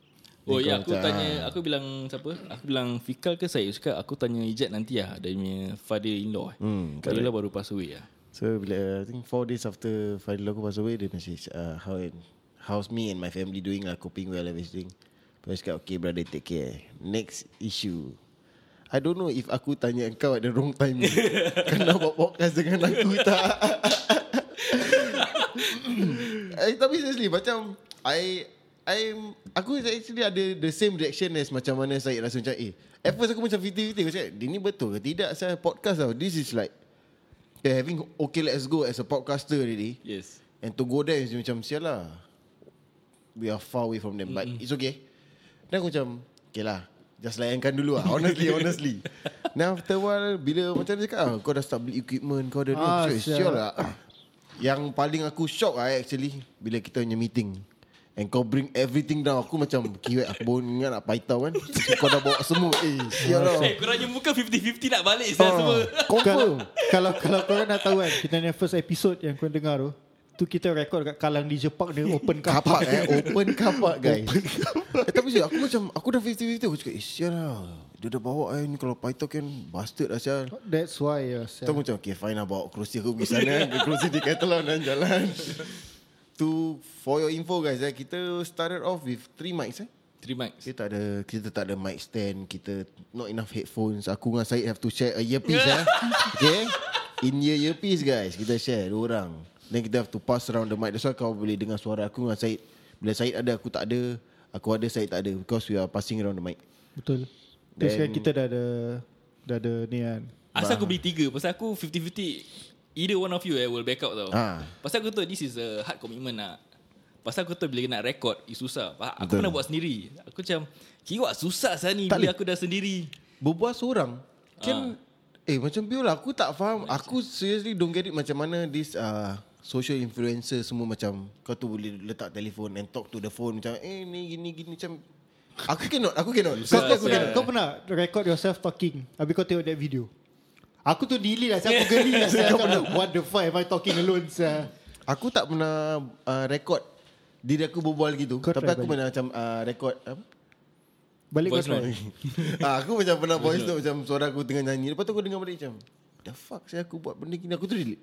Oh
Then
ya
kau
aku
macam,
tanya Aku bilang siapa Aku bilang Fikal ke saya Cakap aku tanya Ijat nanti lah Dari punya father-in-law eh.
Hmm,
Father-in-law baru pass away lah
So bila I think 4 days after Fadil aku pass away dia message uh, how and how's me and my family doing lah coping well everything. Lepas tu cakap okay brother take care. Next issue. I don't know if aku tanya kau at the wrong time Kena buat podcast dengan aku tak eh, Tapi seriously macam I I Aku actually ada the same reaction as macam mana saya rasa macam eh At first aku macam 50-50 Aku cakap dia ni betul ke tidak saya podcast tau This is like They're having okay let's go as a podcaster already
Yes
And to go there is macam sial lah We are far away from them But it's okay Then aku macam Okay lah Just layankan dulu lah Honestly honestly Then after a while Bila macam dia cakap ah, Kau dah start beli equipment Kau dah ni
Ah,
Macam,
sial.
Sial lah Yang paling aku shock lah actually Bila kita punya meeting And kau bring everything down Aku macam Kiwet aku pun ingat nak paitau kan Kau dah bawa semua Eh sial
Ah,
lah
Eh korangnya muka 50-50 nak balik
Oh.
Saya semua
Confirm Kalau kalau korang nak tahu kan Kita punya first episode Yang korang dengar tu Tu kita rekod kat Kalang di Jepang Dia open car
Kapak
park
eh Open kapak guys eh, Tapi siap aku macam Aku dah 50-50 Aku cakap Eh sial lah Dia dah bawa eh Ni kalau Python kan Bastard lah sial
That's why ya,
Tu aku macam Okay fine lah Bawa kerusi aku pergi sana Beli Kerusi di Catalan dan jalan Tu For your info guys eh, Kita started off with Three mics eh
Three mics
kita tak ada kita tak ada mic stand, kita not enough headphones. Aku dengan Syed have to share a earpiece eh. Okay? In ear earpiece guys, kita share dua orang. Then kita have to pass around the mic. That's why kau boleh dengar suara aku dengan Syed. Bila Syed ada aku tak ada, aku ada Syed tak ada because we are passing around the mic.
Betul Terus
Then-
kan kita dah ada Dah ada ni kan
Asal aku beli tiga Pasal aku 50-50 Either one of you eh, Will back out tau
Ah.
Pasal aku tahu This is a hard commitment lah Pasal aku tahu Bila nak record It's susah Faham? Aku
Betul.
pernah buat sendiri Aku macam Kiwak susah saya ni Bila
Tak boleh.
aku dah sendiri
Berbual seorang Kan Eh macam Bill lah Aku tak faham Aku seriously don't get it Macam mana this uh, Social influencer semua macam Kau tu boleh letak telefon And talk to the phone Macam eh ni gini gini Macam Aku cannot, aku cannot.
Kau, kau,
Yes,
pernah,
yeah.
kau pernah record yourself talking Habis kau tengok that video Aku tu delete lah Saya aku geli lah Saya macam What the fuck am I talking alone sah?
Aku tak pernah uh, record diri aku berbual gitu. Kau
Kau
tapi
try
aku
balik.
pernah macam uh, record apa?
Balik kau
Voice
try
ah, aku macam pernah voice note macam suara aku tengah nyanyi. Lepas tu aku dengar balik macam, the fuck saya aku buat benda gini aku tu delete.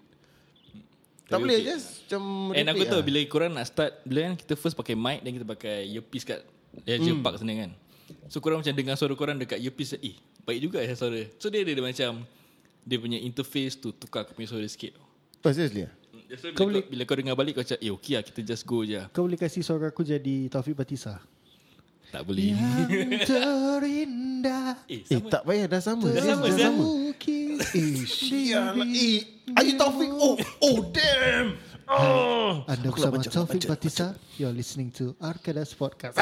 Tak
Tapi
boleh
okay.
just macam
And aku
repeat
tahu
lah.
bila korang nak start Bila kan kita first pakai mic Dan kita pakai earpiece kat Leisure
Hmm.
mm. Park sana kan So korang macam dengar suara korang dekat earpiece Eh baik juga ya suara So dia ada dia macam Dia punya interface tu Tukar aku punya suara sikit
Oh, seriously? ah?
That's why bila, kau, bila kau dengar balik Kau cakap Eh okay lah kita just go je lah."
Kau boleh kasih suara aku jadi Taufik Batisa
Tak boleh
Ya.
Terindah
Eh
Eh,
sama
tak payah. Dah sama.
Dah sama, dah sama.
Mungkin
Sialah. Eh, Ayu Taufik. Oh, oh damn.
Ah.
Oh.
Anda
Aku nak
bersama
baca,
Taufik
baca,
Batisa You're listening to Arkadas Podcast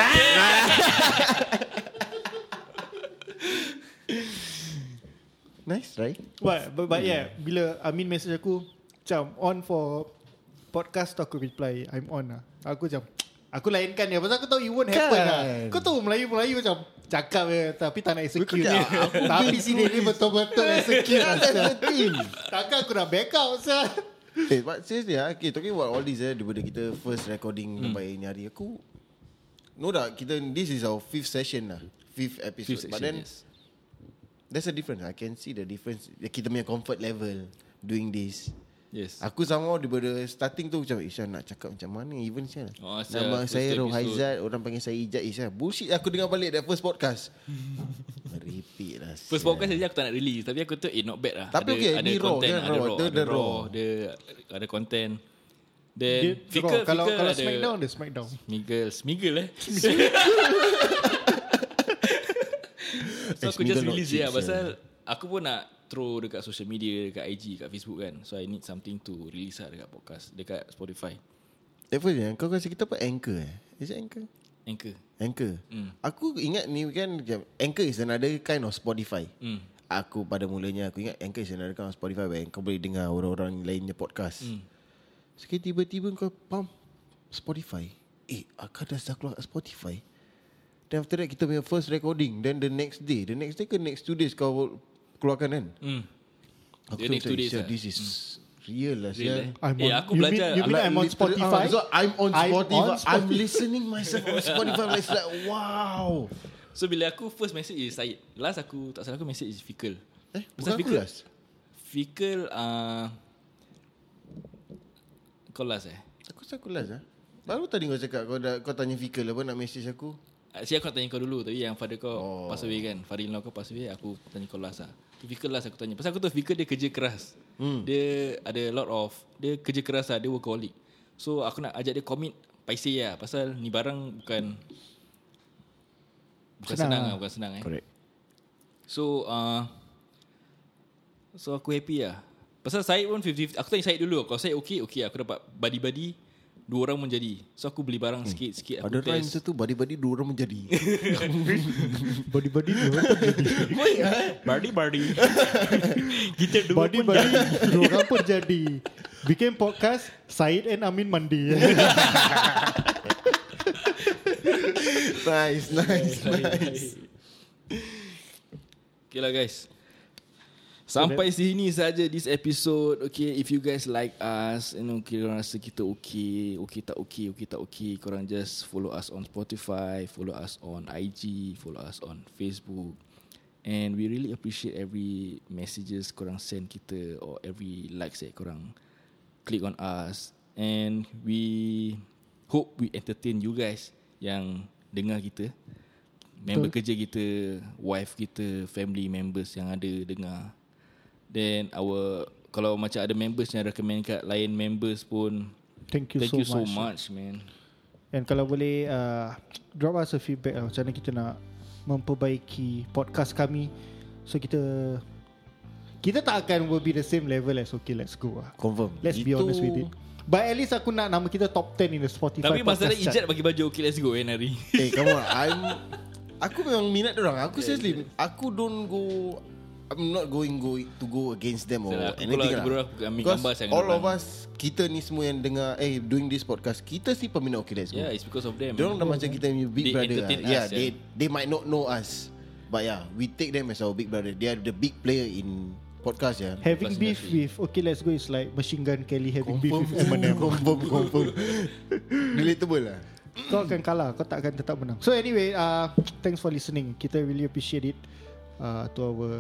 Nice, right?
But, but, but yeah, bila Amin message aku macam on for podcast tu aku reply I'm on lah. Aku macam aku lainkan dia pasal aku tahu it won't happen
Kan.
lah. Kau tahu Melayu-Melayu macam cakap je tapi tak nak execute.
Kau cakap, aku
tapi sini ni betul-betul execute lah. sia.
Team.
Takkan aku nak back out sah.
Eh, but seriously ah, okay, talking about all this eh, daripada kita first recording hmm. sampai ni hari, aku, no doubt, kita, this is our fifth session lah. Fifth
Fifth
episode. Fifth but
section,
then, yes. there's a difference. I can see the difference. Kita punya comfort level doing this.
Yes
Aku sama daripada starting tu macam Isyan nak cakap macam mana even Isyan
Oh,
oh,
Isyan,
Nama
first
saya
episode.
Rohaizat Orang panggil saya Ijat Isyan Bullshit aku dengar balik That first podcast Repeat lah
First
sial.
podcast saja aku tak nak release Tapi aku tu eh not bad lah
Tapi
ada,
okay,
ada
ni raw,
content,
dia
ada
raw,
raw,
dia-
ada
dia raw.
raw Dia ada content Then
Dia
Fika,
draw. kalau
Fika
kalau
ada,
Smackdown dia Smackdown.
Smiggle Smiggle eh So aku
Smiggle
just
not
release je
cheap,
lah
sia.
Pasal Aku pun nak Throw dekat social media Dekat IG Dekat Facebook kan So I need something to Release lah dekat podcast Dekat Spotify
That first yang kau kasi kita apa Anchor eh Is it Anchor?
Anchor
Anchor
Hmm.
Aku ingat ni kan macam Anchor is another kind of Spotify
Hmm.
Aku pada mulanya Aku ingat Anchor is another kind of Spotify Where kau boleh dengar orang-orang lainnya podcast
Hmm.
Sekali tiba-tiba kau pam Spotify. Eh, akak dah keluar kat Spotify. Then after that kita punya first recording. Then the next day. The next day ke next two days kau keluarkan kan?
Hmm.
Aku
The
tu
next two
macam,
days lah."
"Sial, This is real lah.
Real,
Real,
eh.
I'm
Eh,
on-
aku
you
belajar.
mean- you mean
Like,
I'm on Spotify?
uh, so I'm on
I'm on
Spotify. I'm,
Spotify.
listening myself on Spotify. It's like, wow.
So bila aku first message is Syed Last aku Tak salah aku message is Fikal
Eh,
Pasal
bukan aku
Fikal-
last.
Fikal uh, Kau last eh
Aku rasa aku last lah. Baru tadi kau cakap kau, dah, kau tanya Fikal apa nak message aku.
Actually aku nak tanya kau dulu Tapi yang father kau oh. Pass away kan Father in law kau pass away Aku tanya kau last lah Tu Fikir last aku tanya Pasal aku tahu Fikir dia kerja keras hmm. Dia ada a lot of Dia kerja keras lah Dia workaholic So aku nak ajak dia commit Paiseh lah Pasal ni barang bukan Bukan senang,
Senang.
senang lah Bukan senang eh So uh, So aku happy lah Pasal Syed pun 50-50 Aku tanya Syed dulu Kalau Syed okay Okay aku dapat buddy-buddy Dua orang pun jadi So aku beli barang sikit-sikit Aku
Ada time
test
tu badi-badi dua orang menjadi.
Body-body tu.
Buddy-buddy eh. Kita dua pun
Body-body dua orang pun jadi. Bikin podcast Said and Amin mandi.
nice, nice.
Nice. Okay lah guys. Sampai sini saja this episode. Okay, if you guys like us, you know, korang rasa kita okay, okay tak okay, okay tak okay, korang just follow us on Spotify, follow us on IG, follow us on Facebook. And we really appreciate every messages korang send kita or every likes that korang click on us. And we hope we entertain you guys yang dengar kita. Member kerja kita Wife kita Family members Yang ada dengar Then our Kalau macam ada members Yang recommend kat Lain members pun
Thank you
Thank
so
you so
much.
much man
And kalau boleh uh, Drop us a feedback lah Macam mana kita nak Memperbaiki podcast kami So kita Kita tak akan will be the same level as Okay let's go lah
Confirm.
Let's be
Itu-
honest with it But at least aku nak Nama kita top 10 in the Spotify
Tapi masalah
podcast
Ijat bagi baju Okay let's go eh hari
Eh, come on. I'm, aku memang minat orang. Aku yeah, seriously, yeah. aku don't go... I'm not going go to go against them or
Salah, aku
anything
kalau ada
lah.
berorang, aku ambil
Because
gambar saya dengan
all of
orang.
us, kita ni semua yang dengar, eh doing this podcast, kita si peminat okay let's go.
Yeah, it's because of them.
Dia orang dah macam kita punya big
They
brother.
entertain
lah. yeah,
us,
they
yeah.
they might not know us. But yeah, we take them as our big brother. They are the big player in podcast ya. Yeah.
Having beef with Okay let's go Is like Machine Gun Kelly Having beef
Confirm,
with Eminem
confirm, confirm. Relatable lah.
Kau akan kalah Kau tak akan tetap menang So anyway uh, Thanks for listening Kita really appreciate it uh, To our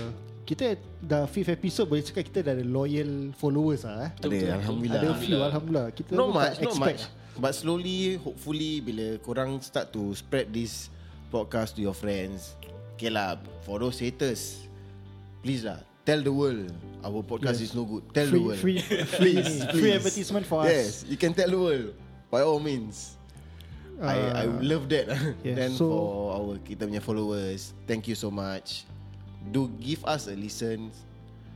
Kita dah fifth episode Boleh cakap kita dah ada loyal followers lah
Betul,
eh.
betul, betul.
Ada, Alhamdulillah.
Ada few Alhamdulillah Kita
Not
pun
much,
tak
not
expect
much. But slowly, hopefully, bila korang start to spread this podcast to your friends, okay lah, for those haters, please lah, tell the world our podcast yeah. is no good. Tell the world.
Free, free, free,
please,
free,
please.
free advertisement for
yes,
us
Yes, you can tell the world. By all means. Uh, I I would love that.
yeah,
Yeah, Then
so-
so, for our kita punya followers, thank you so much. Do give us a listen.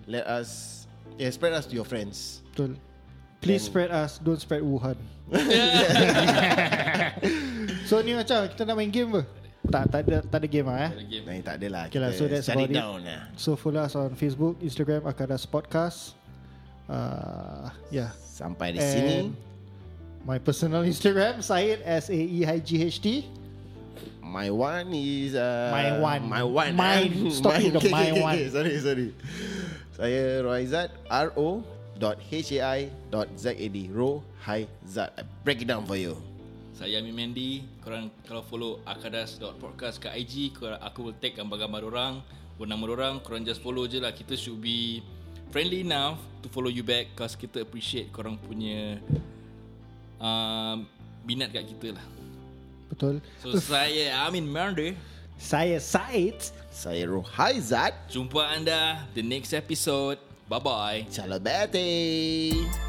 Let us yeah, spread us to your friends.
Betul Please spread us Don't spread Wuhan So ni macam Kita nak main game ke? Tak, tak ada, tak ada game lah eh
Game.
Nah, tak adalah.
Okay lah, so that's
shut
about
it
it.
down lah.
So follow us on Facebook, Instagram, Akadas Podcast. Uh, yeah.
Sampai di sini.
And my personal Instagram, Syed, E S-A-E-I-G-H-T.
My one is uh,
My one.
My one eh.
Mine. Stop it, the
Okay, okay,
my
okay,
one.
okay. Sorry sorry Saya Roizat R O dot H A I dot Z A D Ro Hai Zat I break it down for you
Saya Amin Mendy Korang kalau follow Akadas.podcast kat IG korang, Aku will tag gambar-gambar orang Nama orang Korang just follow je lah Kita should be Friendly enough To follow you back Cause kita appreciate Korang punya uh, Minat kat kita lah
Betul.
So saya Amin Mendy
Saya Syed.
Saya Ro Hai Zat
Jumpa anda The next episode Bye bye
Chalabate